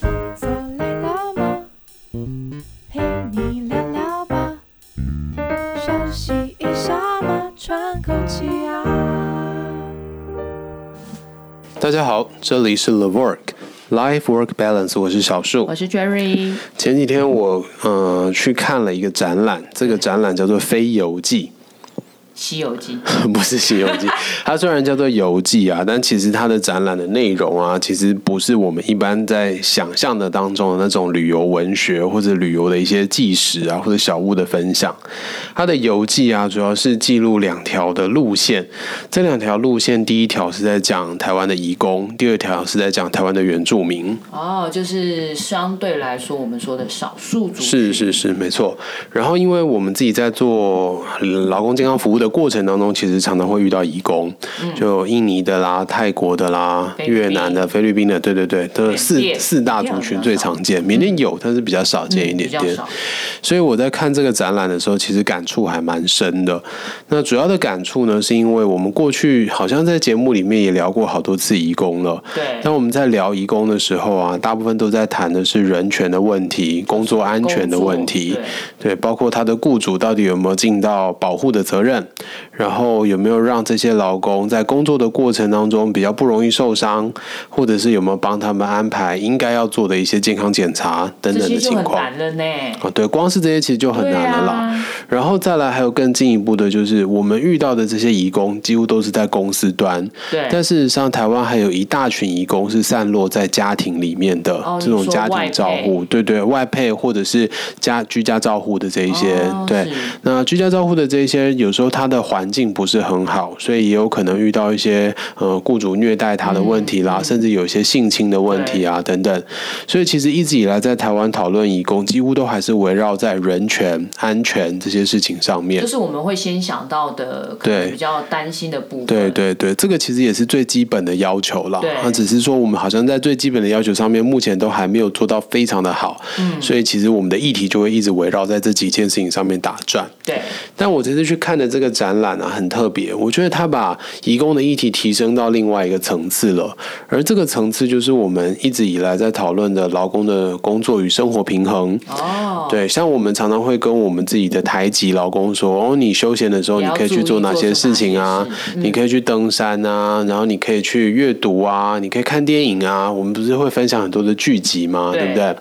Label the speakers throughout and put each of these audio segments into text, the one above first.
Speaker 1: 坐累了吗？陪你聊聊吧，休息一下嘛，喘口气啊。
Speaker 2: 大家好，这里是 The Work Life Work Balance，我是小树
Speaker 3: 我。是 Jerry，
Speaker 2: 前几天我呃去看了一个展览，这个展览叫做《非游记
Speaker 3: 《西游记》》，
Speaker 2: 不是《西游记》。它虽然叫做游记啊，但其实它的展览的内容啊，其实不是我们一般在想象的当中的那种旅游文学或者旅游的一些纪实啊，或者小物的分享。它的游记啊，主要是记录两条的路线，这两条路线第一条是在讲台湾的移工，第二条是在讲台湾的原住民。
Speaker 3: 哦，就是相对来说我们说的少数族
Speaker 2: 是是是，没错。然后，因为我们自己在做劳工健康服务的过程当中，其实常常会遇到移工，就印尼的啦、泰国的啦、
Speaker 3: 嗯菲律宾
Speaker 2: 越南的、菲律宾的，对对对，都是四
Speaker 3: 缅甸嗯
Speaker 2: 四大族群最常见。缅甸有，但是比较少见一
Speaker 3: 比
Speaker 2: 点
Speaker 3: 较
Speaker 2: 点。
Speaker 3: 少，
Speaker 2: 所以我在看这个展览的时候，其实感触还蛮深的。那主要的感触呢，是因为我们过去好像在节目里面也聊过好多次移工了。
Speaker 3: 对，
Speaker 2: 当我们在聊移工的时候啊，大部分都在谈的是人权的问题、工作安全的问题，
Speaker 3: 工作
Speaker 2: 对包括他的雇主到底有没有尽到保护的责任，然后有没有让这些劳工在工作的过程当中比较不容易受伤，或者是有没有帮他们安排应该要做的一些健康检查等
Speaker 3: 对
Speaker 2: 等
Speaker 3: 这些
Speaker 2: 的
Speaker 3: 就
Speaker 2: 情
Speaker 3: 很
Speaker 2: 况。
Speaker 3: 难了呢，
Speaker 2: 哦，对，光是这些其实就很难了啦。
Speaker 3: 对啊
Speaker 2: 然后再来还有更进一步的，就是我们遇到的这些移工，几乎都是在公司端，
Speaker 3: 对，
Speaker 2: 但事实上，台湾还有一大群移工是散落在家庭里面的、
Speaker 3: 哦
Speaker 2: 这种家庭照
Speaker 3: 你说
Speaker 2: 护，对对，外配或者是家居家照护的这一些，
Speaker 3: 哦
Speaker 2: 对
Speaker 3: 是。
Speaker 2: 那居家照护的这一些，有时候他的环境不是很好，所以也有可能遇到一些呃雇主虐待他的问题
Speaker 3: 嗯
Speaker 2: 啦，甚至有一些性侵的问题啊等等。所以其实一直以来在台湾讨论移工，几乎都还是围绕在人权、安全这些事情上面
Speaker 3: 就。是我们会先想到的，可
Speaker 2: 对
Speaker 3: 能比较担心的部分，
Speaker 2: 对对对，这个其实也是最基本的要求啦
Speaker 3: 对。
Speaker 2: 那只是说我们好像在最基本的要求上面，目前都还没有做到非常的好。嗯，所以其实我们的议题就会一直围绕在这几件事情上面打转。
Speaker 3: 对，
Speaker 2: 但我这次去看的这个展览啊，很特别，我觉得他把移工的议题提升到另外一个层次了，而这个层次就是我们一直以来在讨论的劳工的工作与生活平衡。
Speaker 3: 哦，
Speaker 2: 对，像我们常常会跟我们自己的台籍劳工说，哦，你休闲的时候
Speaker 3: 也
Speaker 2: 你
Speaker 3: 要
Speaker 2: 可以去
Speaker 3: 注意
Speaker 2: 做哪
Speaker 3: 做
Speaker 2: 些
Speaker 3: 哪
Speaker 2: 事
Speaker 3: 些
Speaker 2: 情啊
Speaker 3: 事？嗯
Speaker 2: 你可以去登山啊，然后你可以去阅读啊，你可以看电影啊。我们不是会分享很多的剧集吗？对不
Speaker 3: 对
Speaker 2: 对？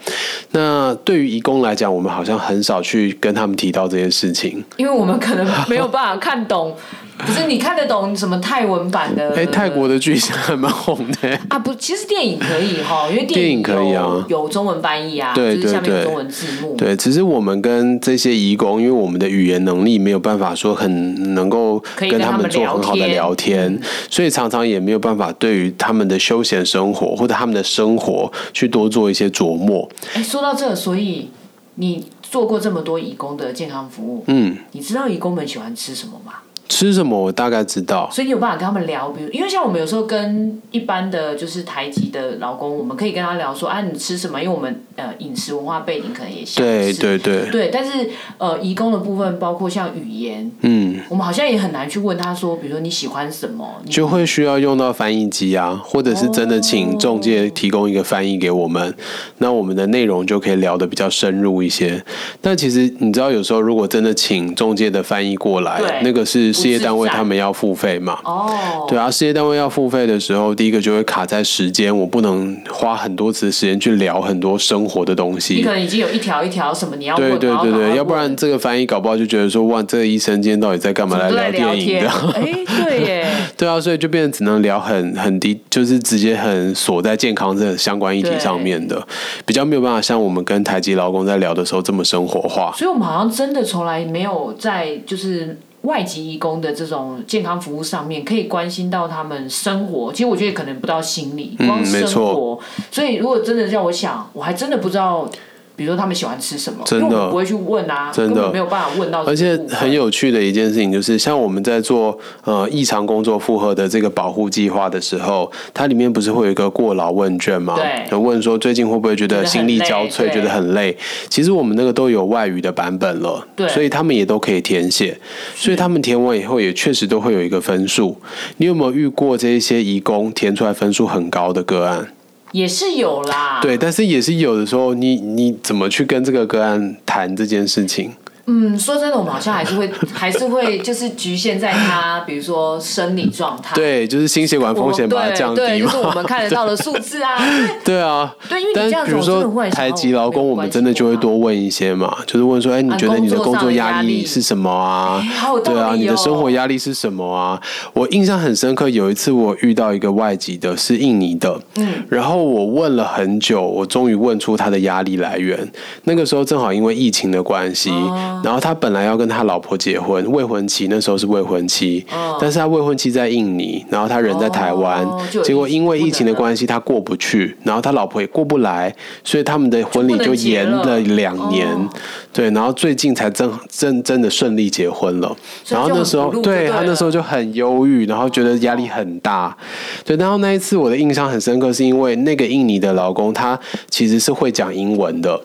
Speaker 2: 那对于义工来讲，我们好像很少去跟他们提到这些事情。
Speaker 3: 因为我们可能没有办法看 懂，不是你看得懂什么泰文版的，
Speaker 2: 哎、泰国的剧还蛮红的、
Speaker 3: 啊，不，其实电影可以哈，因为
Speaker 2: 电
Speaker 3: 影
Speaker 2: 影可以啊
Speaker 3: 有有中文翻译啊，
Speaker 2: 对
Speaker 3: 就是下面
Speaker 2: 对对
Speaker 3: 有中文字幕，
Speaker 2: 对，只是我们跟这些移工，因为我们的语言能力没有办法说很能够
Speaker 3: 可以
Speaker 2: 跟
Speaker 3: 跟
Speaker 2: 他
Speaker 3: 他
Speaker 2: 们
Speaker 3: 们
Speaker 2: 做
Speaker 3: 聊
Speaker 2: 很好的
Speaker 3: 天嗯
Speaker 2: 聊天，所以常常也没有办法对于他们的休闲生活或者他们的生活去多做一些琢磨。
Speaker 3: 哎，说到这，所以你做过这么多义工的健康服务，
Speaker 2: 嗯，
Speaker 3: 你知道义工们喜欢吃什么吗？
Speaker 2: 吃什么我大概知道，
Speaker 3: 所以你有办法跟他们聊，比如因为像我们有时候跟一般的就是台籍的劳工，我们可以跟他聊说，啊，你吃什么？因为我们呃饮食文化背景可能也相
Speaker 2: 对
Speaker 3: 似，
Speaker 2: 对对，
Speaker 3: 对但是呃义工的部分包括像语言，
Speaker 2: 嗯，
Speaker 3: 我们好像也很难去问他说，比如说你喜欢什么，你
Speaker 2: 就会需要用到翻译机啊，或者是真的请中介提供一个翻译给我们，那我们的内容就可以聊得比较深入一些。但其实你知道，有时候如果真的请中介的翻译过来
Speaker 3: 对，
Speaker 2: 那个是事业单位
Speaker 3: 不自在
Speaker 2: 他们要付费嘛。
Speaker 3: 哦，
Speaker 2: 对啊，事业单位要付费的时候，第一个就会卡在时间，我不能花很多次时间去聊很多生活的东西。
Speaker 3: 你可能已经有一条一条什么你要问，
Speaker 2: 对对
Speaker 3: 然后
Speaker 2: 对
Speaker 3: 赶快
Speaker 2: 对，要不
Speaker 3: 问
Speaker 2: 然这个翻译搞不好就觉得说，哇，这个医生今天到底在干嘛来
Speaker 3: 都在
Speaker 2: 聊电影
Speaker 3: 天，
Speaker 2: 的？
Speaker 3: 哎，对耶，
Speaker 2: 对啊，所以就变成只能聊很很低，就是直接很锁在健康这相关议题上面的，比较没有办法像我们跟台籍劳工在聊的时候这么生活化。
Speaker 3: 所以我们好像真的从来没有在就是外籍义工的这种健康服务上面，可以关心到他们生活。其实我觉得可能不到心理，
Speaker 2: 嗯
Speaker 3: 光生
Speaker 2: 没
Speaker 3: 活
Speaker 2: 错。
Speaker 3: 所以如果真的让我想，我还真的不知道。比如说他们喜欢吃什么，
Speaker 2: 真的
Speaker 3: 因为我们不会去问啊，
Speaker 2: 真的
Speaker 3: 根本没有办法问到这
Speaker 2: 而
Speaker 3: 个
Speaker 2: 且
Speaker 3: 部分。
Speaker 2: 很有趣的一件事情就是，像我们在做呃异常工作负荷的这个保护计划的时候，它里面不是会有一个过劳问卷吗？
Speaker 3: 对
Speaker 2: 就问说最近会不会觉得
Speaker 3: 觉得很
Speaker 2: 心力交瘁，
Speaker 3: 累
Speaker 2: 觉得很累？其实我们那个都有外语的版本了，
Speaker 3: 对
Speaker 2: 所以他们也都可以填写。所以他们填完以后，也确实都会有一个分数。你有没有遇过这一些移工填出来分数很高的个案？
Speaker 3: 也是有啦。
Speaker 2: 对，但是也是有的时候，你你怎么去跟这个个案谈这件事情？
Speaker 3: 嗯，说真的，我们好像还是会 还是会就是局限在他，比如说生理状态。
Speaker 2: 对，就是心血管
Speaker 3: 我们，
Speaker 2: 风险把它降
Speaker 3: 对，
Speaker 2: 低
Speaker 3: 对，
Speaker 2: 嘛。
Speaker 3: 就是我们看得到的数字啊。
Speaker 2: 对啊，
Speaker 3: 对因为你
Speaker 2: 但
Speaker 3: 这样
Speaker 2: 比
Speaker 3: 子
Speaker 2: 如
Speaker 3: 我真的忽
Speaker 2: 说
Speaker 3: 然想
Speaker 2: 台
Speaker 3: 到
Speaker 2: 籍
Speaker 3: 我
Speaker 2: 劳
Speaker 3: 没
Speaker 2: 工，
Speaker 3: 有
Speaker 2: 我们
Speaker 3: 关啊
Speaker 2: 真的
Speaker 3: 心
Speaker 2: 就会
Speaker 3: 过
Speaker 2: 多问一些嘛，就是问说，哎，你
Speaker 3: 啊
Speaker 2: 觉得
Speaker 3: 工
Speaker 2: 你的
Speaker 3: 作
Speaker 2: 工
Speaker 3: 上
Speaker 2: 作
Speaker 3: 的
Speaker 2: 压
Speaker 3: 压
Speaker 2: 力
Speaker 3: 力
Speaker 2: 是什么啊
Speaker 3: 哎？好有道
Speaker 2: 对啊，
Speaker 3: 理
Speaker 2: 你的生
Speaker 3: 哦
Speaker 2: 活压力是什么啊？我印象很深刻，有一次我遇到一个外籍的，是印尼的，嗯，然后我问了很久，我终于问出他的压力来源。那个时候正好因为疫情的关系，
Speaker 3: 哦
Speaker 2: 然后他本来要跟他老婆结婚，未婚妻那时候是未婚妻，但是他未婚妻在印尼，然后他人在台湾，
Speaker 3: 哦就有
Speaker 2: 结果
Speaker 3: 疫情
Speaker 2: 因为
Speaker 3: 不
Speaker 2: 疫情的
Speaker 3: 能了
Speaker 2: 关。关系他过不去，然后他老婆也过不来，所以他们的婚礼就延了两年。
Speaker 3: 哦
Speaker 2: 对，然后最近才真真真的顺利结婚了。
Speaker 3: 所以
Speaker 2: 然后
Speaker 3: 就
Speaker 2: 那
Speaker 3: 很
Speaker 2: 时候
Speaker 3: 不，入就
Speaker 2: 对
Speaker 3: 对
Speaker 2: 他那
Speaker 3: 了
Speaker 2: 时候就很忧郁，然后觉得压力很大。对，然后那一次我的印象很深刻，是因为那个印尼的老公他其实是会讲英文的。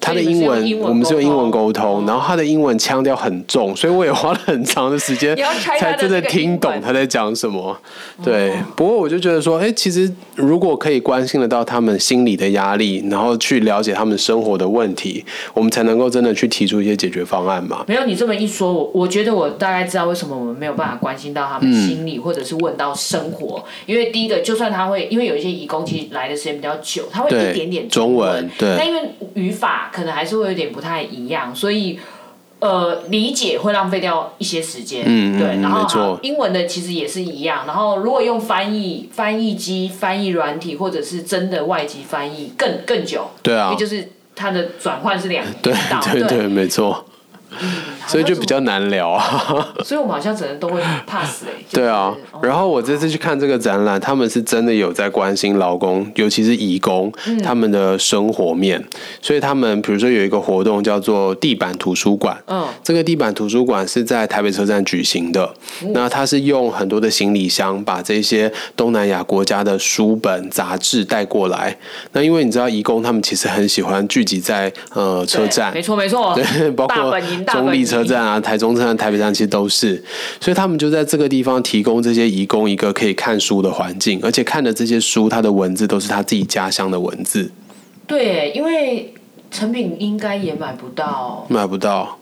Speaker 2: 他的
Speaker 3: 所以
Speaker 2: 英
Speaker 3: 你们是用
Speaker 2: 文
Speaker 3: 英，文
Speaker 2: 我们是用
Speaker 3: 沟
Speaker 2: 英文
Speaker 3: 通
Speaker 2: 沟通，哦然后他的英文腔调很重，所以我也花了很长的时 间
Speaker 3: 也要拆他
Speaker 2: 才
Speaker 3: 的
Speaker 2: 真的
Speaker 3: 这个英
Speaker 2: 听懂
Speaker 3: 文哦
Speaker 2: 他在讲什么。对，不过我就觉得说，哎，其实如果可以关心得到他们心理的压力，然后去了解他们生活的问题，我们才能够真的去提出一些解决方案嘛。
Speaker 3: 没有你这么一说，我我觉得我大概知道为什么我们没有办法关心到他们心理，或者是问到生活。因为第一个，就算他会，因为有一些义工其实来的时间比较久，他会
Speaker 2: 对
Speaker 3: 一点点
Speaker 2: 中文
Speaker 3: 文，
Speaker 2: 对
Speaker 3: 但因为语法可能还是会有点不太一样，所以。呃，理解会浪费掉一些时间，
Speaker 2: 嗯嗯
Speaker 3: 对。
Speaker 2: 嗯
Speaker 3: 然后
Speaker 2: 没错
Speaker 3: 好英文的其实也是一样。然后如果用翻译翻译机、翻译软体，或者是真的外籍翻译，更更久，
Speaker 2: 对啊
Speaker 3: 因为就是它的转换是两
Speaker 2: 对
Speaker 3: 道
Speaker 2: 对对，没错，所以就比较难聊啊。
Speaker 3: 所以我们好像只能都会 pass 哎、就是
Speaker 2: 对啊，然后我这次去看这个展览，他们是真的有在关心劳工，尤其是移工、
Speaker 3: 嗯
Speaker 2: 他们的生活面，所以他们比如说有一个活动叫做地板图书馆，
Speaker 3: 嗯
Speaker 2: 这个地板图书馆是在台北车站举行的，
Speaker 3: 哦
Speaker 2: 那它是用很多的行李箱把这些东南亚国家的书本、杂志带过来，那因为你知道移工他们其实很喜欢聚集在呃车
Speaker 3: 对
Speaker 2: 站，
Speaker 3: 没错没错，
Speaker 2: 对，包
Speaker 3: 大
Speaker 2: 括
Speaker 3: 本营大本营
Speaker 2: 中立车站啊、台中车站、台北站，其实都是，所以他们就在这个地方提供这些移工一个可以看书的环境，而且看的这些书，它的文字都是他自己家乡的文字，
Speaker 3: 对，因为成品应该也买不到，
Speaker 2: 买不到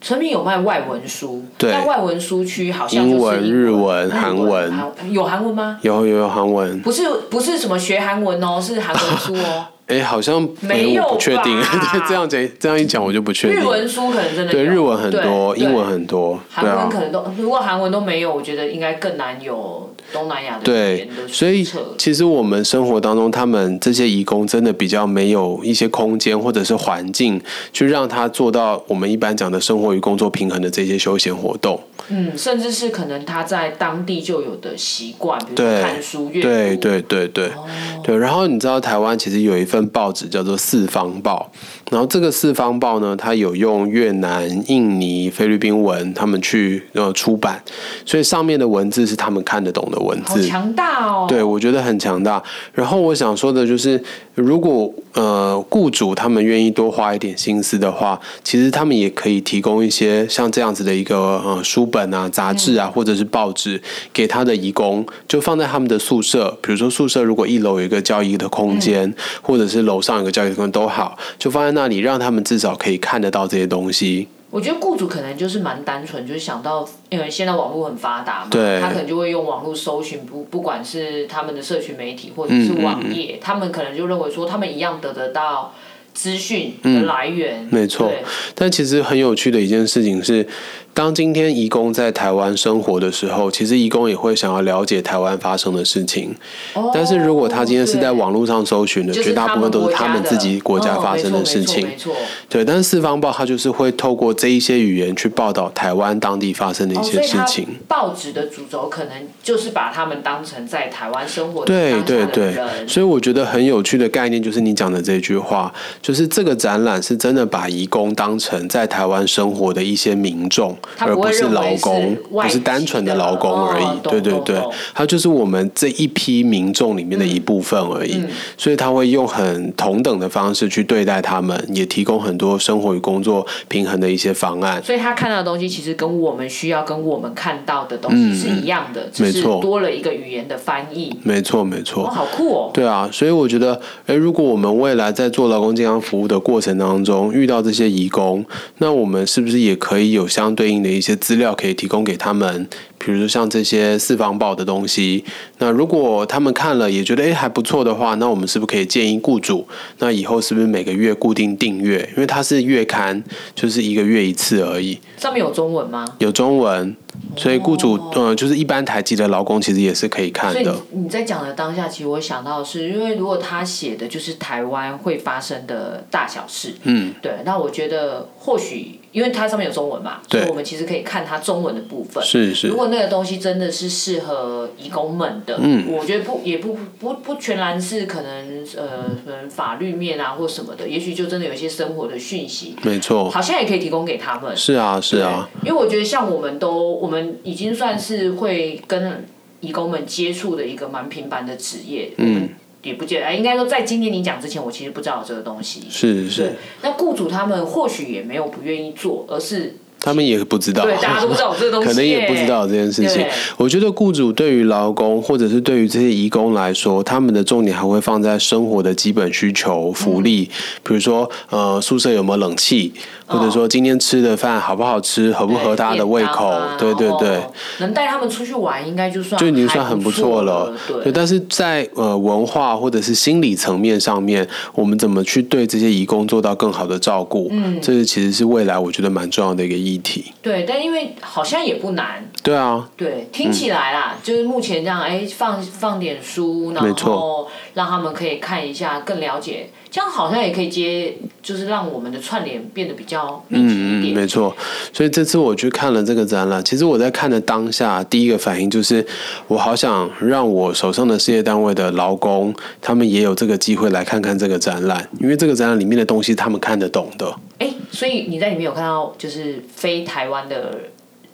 Speaker 3: 成品有卖外文书，
Speaker 2: 对
Speaker 3: 但外文书区好像就是
Speaker 2: 英文日文韩文
Speaker 3: 韩有韩文吗？
Speaker 2: 有有有韩文，
Speaker 3: 不是不是什么学韩文哦，是韩文书 哦，
Speaker 2: 哎，好像
Speaker 3: 没
Speaker 2: 诶
Speaker 3: 有
Speaker 2: 我不确定，
Speaker 3: 吧
Speaker 2: 这样讲这样一讲我就不确定
Speaker 3: 日，文书可能真的
Speaker 2: 对，
Speaker 3: 有
Speaker 2: 日文很多，
Speaker 3: 对
Speaker 2: 英文很多，
Speaker 3: 韩
Speaker 2: 对
Speaker 3: 文
Speaker 2: 啊
Speaker 3: 可。能都，如果韩文都没有，我觉得应该更难有东南亚的语
Speaker 2: 对
Speaker 3: 言的，
Speaker 2: 所以
Speaker 3: 书册
Speaker 2: 其实我们生活当中，他们这些义工真的比较没有一些空间或者是环境，去让他做到我们一般讲的生活与工作平衡的这些休闲活动。
Speaker 3: 嗯，甚至是可能他在当地就有的习惯，比如说
Speaker 2: 对，
Speaker 3: 看书、阅读，
Speaker 2: 对对对对、
Speaker 3: 哦
Speaker 2: 对。然后你知道台湾其实有一份报纸叫做《四方报》，然后这个《四方报》呢，它有用越南、印尼、菲律宾文他们去呃出版，所以上面的文字是他们看得懂的文
Speaker 3: 好
Speaker 2: 字。
Speaker 3: 强大哦！
Speaker 2: 对，我觉得很强大。然后我想说的就是，如果呃雇主他们愿意多花一点心思的话，其实他们也可以提供一些像这样子的一个呃书本啊、杂志啊，或者是报纸给他的义工，就放在他们的宿舍。比如说宿舍如果一楼有一个交易的空间，或者是楼上有个交易的空间都好，就放在那里，让他们至少可以看得到这些东西。
Speaker 3: 我觉得雇主可能就是蛮单纯，就是想到，因为现在网络很发达嘛，
Speaker 2: 对
Speaker 3: 他可能就会用网络搜寻，不不管是他们的社群媒体
Speaker 2: 嗯
Speaker 3: 或者是网页，他们可能就认为说他们一样得得到资讯的来源，
Speaker 2: 嗯没错
Speaker 3: 对
Speaker 2: 但其实很有趣的一件事情是，当今天移工在台湾生活的时候，其实移工也会想要了解台湾发生的事情。
Speaker 3: 哦
Speaker 2: 但是如果他今天是在
Speaker 3: 对
Speaker 2: 网络上搜寻的，
Speaker 3: 就是
Speaker 2: 绝大部分都是他们
Speaker 3: 国家的
Speaker 2: 自己国家发生的事情。
Speaker 3: 嗯没错，没错没错
Speaker 2: 对，但是四方报它就是会透过这一些语言去报道台湾当地发生的一
Speaker 3: 哦
Speaker 2: 些
Speaker 3: 所以
Speaker 2: 事
Speaker 3: 他
Speaker 2: 情。
Speaker 3: 报纸的主轴可能就是把他们当成在台湾生活的
Speaker 2: 对
Speaker 3: 当下
Speaker 2: 对
Speaker 3: 的
Speaker 2: 对
Speaker 3: 人，
Speaker 2: 所以我觉得很有趣的概念就是你讲的这句话，就是这个展览是真的把移工当成在台湾生活的一些民众，
Speaker 3: 他
Speaker 2: 而
Speaker 3: 不会
Speaker 2: 不是
Speaker 3: 认为
Speaker 2: 劳
Speaker 3: 是
Speaker 2: 工，
Speaker 3: 外
Speaker 2: 不是单
Speaker 3: 籍
Speaker 2: 纯
Speaker 3: 的
Speaker 2: 的劳工而已。
Speaker 3: 哦懂
Speaker 2: 对对
Speaker 3: 懂
Speaker 2: 对
Speaker 3: 懂，
Speaker 2: 他就是我们这一批民众里面的一部分而已，
Speaker 3: 嗯
Speaker 2: 所以他会用很同等的方式去对待他们，也提供很多生活与工作平衡的一些方案。
Speaker 3: 所以他看到的东西其实跟我们需要、跟我们看到的东西是一样的，只是
Speaker 2: 嗯没错
Speaker 3: 多了一个语言的翻译。
Speaker 2: 没错，没错。
Speaker 3: 哦，好酷哦！
Speaker 2: 对啊，所以我觉得，诶，如果我们未来在做劳工健康服务的过程当中遇到这些移工，那我们是不是也可以有相对应的一些资料可以提供给他们？比如说像这些四方报的东西，那如果他们看了也觉得诶还不错的话，那我们是不是可以建议雇主，那以后是不是每个月固定订阅？因为它是月刊，就是一个月一次而已。
Speaker 3: 上面有中文吗？
Speaker 2: 有中文，所以雇主、
Speaker 3: 哦
Speaker 2: 呃，就是一般台籍的劳工其实也是可以看
Speaker 3: 所以
Speaker 2: 的。
Speaker 3: 你你在讲的当下，其实我想到的是，因为如果他写的就是台湾会发生的大小事，嗯，对，那我觉得或许因为它上面有中文嘛，所
Speaker 2: 对
Speaker 3: 以我们其实可以看它中文的部分。
Speaker 2: 是是
Speaker 3: 如，果那个东西真的是适合移工们的，
Speaker 2: 嗯
Speaker 3: 我觉得不也不不不全然是可能呃可能法律面啊或什么的，也许就真的有一些生活的讯息，
Speaker 2: 没错，
Speaker 3: 好像也可以提供给他们。
Speaker 2: 是啊是啊。
Speaker 3: 因为我觉得像我们都，我们已经算是会跟义工们接触的一个蛮频繁的职业，嗯，也不见得，哎应该说在今天你讲之前，我其实不知道有这个东西。
Speaker 2: 是
Speaker 3: 对
Speaker 2: 是，，
Speaker 3: 那雇主他们或许也没有不愿意做，而是
Speaker 2: 他们也不知道，
Speaker 3: 对大家都不知道有这个东西耶，
Speaker 2: 可能也不知道有这件事情
Speaker 3: 对。
Speaker 2: 我觉得雇主对于劳工或者是对于这些移工来说，他们的重点还会放在生活的基本需求、福利，
Speaker 3: 嗯
Speaker 2: 比如说呃宿舍有没有冷气，或者说今天吃的饭好不好吃，合不
Speaker 3: 对，
Speaker 2: 合他的胃口
Speaker 3: 便当啊，
Speaker 2: 对对对。
Speaker 3: 哦能带他们出去玩，应该就算
Speaker 2: 就已经
Speaker 3: 还
Speaker 2: 算很
Speaker 3: 不
Speaker 2: 不错
Speaker 3: 了
Speaker 2: 了。，
Speaker 3: 对。
Speaker 2: 但是在呃文化或者是心理层面上面，我们怎么去对这些移工做到更好的照顾？嗯，这是其实是未来我觉得蛮重要的一个议题。
Speaker 3: 对，但因为好像也不难，
Speaker 2: 对啊，
Speaker 3: 对，听起来啦，就是目前这样，哎，放放点书，
Speaker 2: 嗯没
Speaker 3: 然后
Speaker 2: 错
Speaker 3: 让他们可以看一下，更了解，这样好像也可以接，就是让我们的串联变得比较密集一
Speaker 2: 嗯，
Speaker 3: 点。
Speaker 2: 没错。所以这次我去看了这个展览，其实我在看的当下，第一个反应就是，我好想让我手上的事业单位的劳工，他们也有这个机会来看看这个展览，因为这个展览里面的东西他们看得懂的。
Speaker 3: 哎，所以你在里面有看到就是非台湾的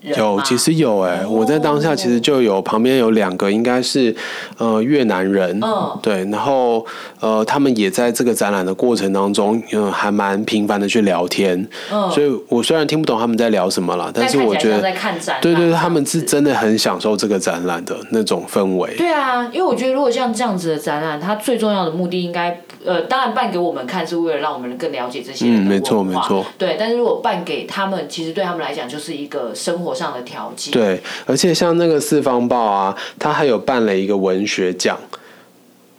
Speaker 3: 人
Speaker 2: 有，
Speaker 3: 吗
Speaker 2: 其实有哎、我在当下其实就有旁边有两个应该是呃越南人，
Speaker 3: 嗯
Speaker 2: 对，然后呃他们也在这个展览的过程当中，嗯、还蛮频繁的去聊天，
Speaker 3: 嗯
Speaker 2: 所以我虽然听不懂他们在聊什么了，但
Speaker 3: 但
Speaker 2: 是
Speaker 3: 看
Speaker 2: 我
Speaker 3: 起来
Speaker 2: 觉
Speaker 3: 像
Speaker 2: 得
Speaker 3: 在看展览这啊
Speaker 2: 对
Speaker 3: 样子，
Speaker 2: 对，对他们是真的很享受这个展览的那种氛围。
Speaker 3: 对啊，因为我觉得如果像这样子的展览，它最重要的目的应该，呃，当然办给我们看是为了让我们更了解这些
Speaker 2: 嗯
Speaker 3: 人的
Speaker 2: 没错
Speaker 3: 文化
Speaker 2: 没错
Speaker 3: 对。但是如果办给他们，其实对他们来讲就是一个生活上的调剂。，
Speaker 2: 对，而且像那个四方报啊，他还有办了一个文学奖，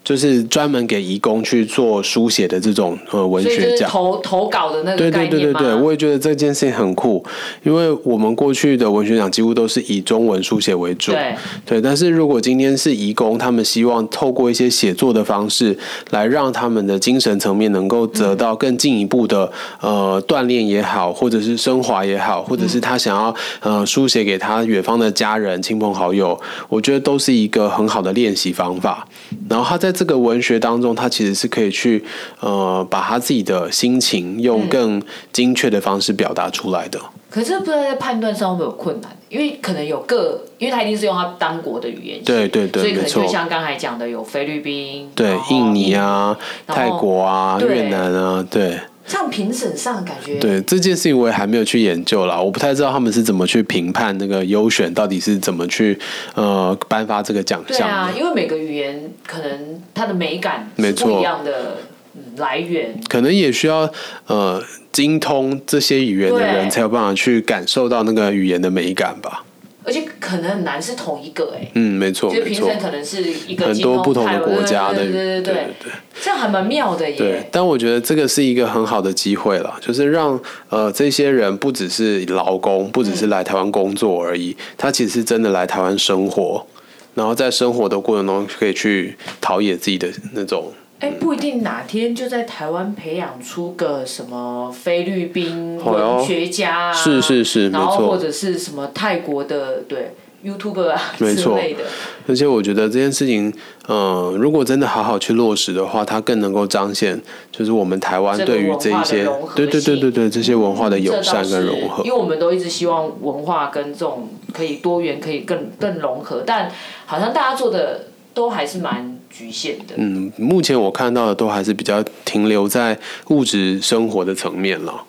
Speaker 2: 就是专门给义工去做书写的这种呃文
Speaker 3: 所以就
Speaker 2: 学
Speaker 3: 是
Speaker 2: 奖。
Speaker 3: 投投稿的那
Speaker 2: 对
Speaker 3: 个
Speaker 2: 对
Speaker 3: 概
Speaker 2: 对
Speaker 3: 念
Speaker 2: 对
Speaker 3: 吗？
Speaker 2: 对，我也觉得这件事情很酷，因为我们过去的文学奖几乎都是以中文书写为主，
Speaker 3: 对
Speaker 2: 对但是如果今天是移工，他们希望透过一些写作的方式，来让他们的精神层面能够得
Speaker 3: 嗯
Speaker 2: 到更进一步的、呃锻炼也好，或者是升华也好，或者
Speaker 3: 嗯
Speaker 2: 是他想要呃书写给他远方的家人、亲朋好友，我觉得都是一个很好的练习方法。然后他在这个文学当中，他其实是可以去呃把他自己的心情
Speaker 3: 嗯
Speaker 2: 用更精确的方式表达出来的。
Speaker 3: 可是不知道在判断上会不会有困难，因为可能有各，因为他一定是用他当国的语言写，
Speaker 2: 对对对
Speaker 3: 所以可能
Speaker 2: 没错
Speaker 3: 就像刚才讲的，有菲律宾，
Speaker 2: 对
Speaker 3: 然，后
Speaker 2: 印尼，啊、
Speaker 3: 然后
Speaker 2: 泰国啊、
Speaker 3: 对
Speaker 2: 越南啊，对。
Speaker 3: 这样评审上感觉
Speaker 2: 对这件事情，我也还没有去研究啦，我不太知道他们是怎么去评判那个优选到底是怎么去呃颁发这个奖
Speaker 3: 对
Speaker 2: 项
Speaker 3: 啊，
Speaker 2: 的。
Speaker 3: 因为每个语言可能它的美感
Speaker 2: 没
Speaker 3: 是
Speaker 2: 错
Speaker 3: 不一样的嗯来源。
Speaker 2: 可能也需要呃精通这些语言的
Speaker 3: 对
Speaker 2: 人才有办法去感受到那个语言的美感吧。
Speaker 3: 而且可能很难是同一个哎、
Speaker 2: 嗯，没错，
Speaker 3: 就是
Speaker 2: 没
Speaker 3: 评
Speaker 2: 错
Speaker 3: 审。可能是一个
Speaker 2: 很
Speaker 3: 精
Speaker 2: 多
Speaker 3: 通
Speaker 2: 不同
Speaker 3: 泰
Speaker 2: 的
Speaker 3: 文
Speaker 2: 国家的
Speaker 3: 对
Speaker 2: 语，
Speaker 3: 对对
Speaker 2: 对
Speaker 3: 对，这样还蛮妙的
Speaker 2: 对
Speaker 3: 耶，。
Speaker 2: 但我觉得这个是一个很好的机会了，就是让呃这些人不只是劳工，不只是来台湾工作而已，他其实是真的来台湾生活，然后在生活的过程中可以去陶冶自己的那种。
Speaker 3: 哎，不一定哪天就在台湾培养出个什么菲律宾
Speaker 2: 好哟
Speaker 3: 文学家啊，
Speaker 2: 是是是
Speaker 3: 然后
Speaker 2: 没错
Speaker 3: 或者是什么泰国的对。 YouTuber 啊
Speaker 2: 没
Speaker 3: 之
Speaker 2: 错
Speaker 3: 类的。
Speaker 2: 而且我觉得这件事情，嗯、如果真的好好去落实的话，它更能够彰显就是我们台湾
Speaker 3: 这个
Speaker 2: 对于这一些
Speaker 3: 文化的融合，
Speaker 2: 对对对对对，这些文化的友善跟融
Speaker 3: 这倒
Speaker 2: 合
Speaker 3: 是因。为我们都一直希望文化跟这种可以多元，可以更更融合，但好像大家做的都还是蛮局限的。
Speaker 2: 嗯，目前我看到的都还是比较停留在物质生活的层面了。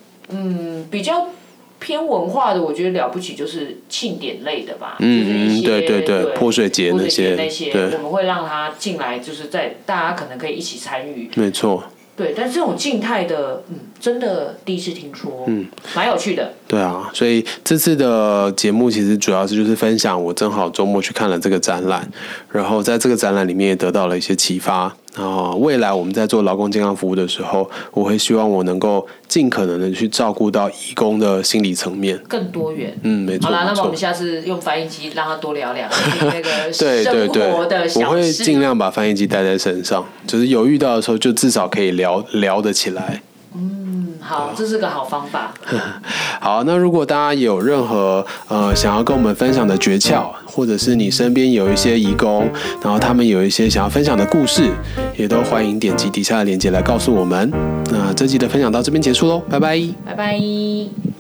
Speaker 3: 比较偏文化的，我觉得了不起就是庆典类的吧，就是
Speaker 2: 嗯
Speaker 3: 一
Speaker 2: 嗯，
Speaker 3: 些
Speaker 2: 对对对，泼水节
Speaker 3: 泼
Speaker 2: 那
Speaker 3: 水节
Speaker 2: 些，
Speaker 3: 那些，
Speaker 2: 对
Speaker 3: 我，们会让他进来，就是在大家可能可以一起参与，
Speaker 2: 没错。
Speaker 3: 对。但这种静态的，嗯，真的第一次听说，嗯，蛮有趣的。
Speaker 2: 对啊，所以这次的节目其实主要是就是分享我正好周末去看了这个展览，然后在这个展览里面也得到了一些启发。然后未来我们在做劳工健康服务的时候，我会希望我能够尽可能的去照顾到义工的心理层面。
Speaker 3: 更多元。
Speaker 2: 嗯，没错，
Speaker 3: 好啦，
Speaker 2: 没
Speaker 3: 那么我
Speaker 2: 错
Speaker 3: 们。下次用翻译机让他多聊 聊那个
Speaker 2: 对对
Speaker 3: 生
Speaker 2: 对
Speaker 3: 活的，
Speaker 2: 我
Speaker 3: 小
Speaker 2: 会尽
Speaker 3: 事。啊
Speaker 2: 量把翻译机带在身上，就是有遇到的时候，就至少可以聊聊得起来。
Speaker 3: 嗯，好，这是个好方法。
Speaker 2: 好，那如果大家有任何呃想要跟我们分享的诀窍，或者是你身边有一些义工，然后他们有一些想要分享的故事，也都欢迎点击底下的链接来告诉我们。那这集的分享到这边结束喽，拜拜。
Speaker 3: 拜拜。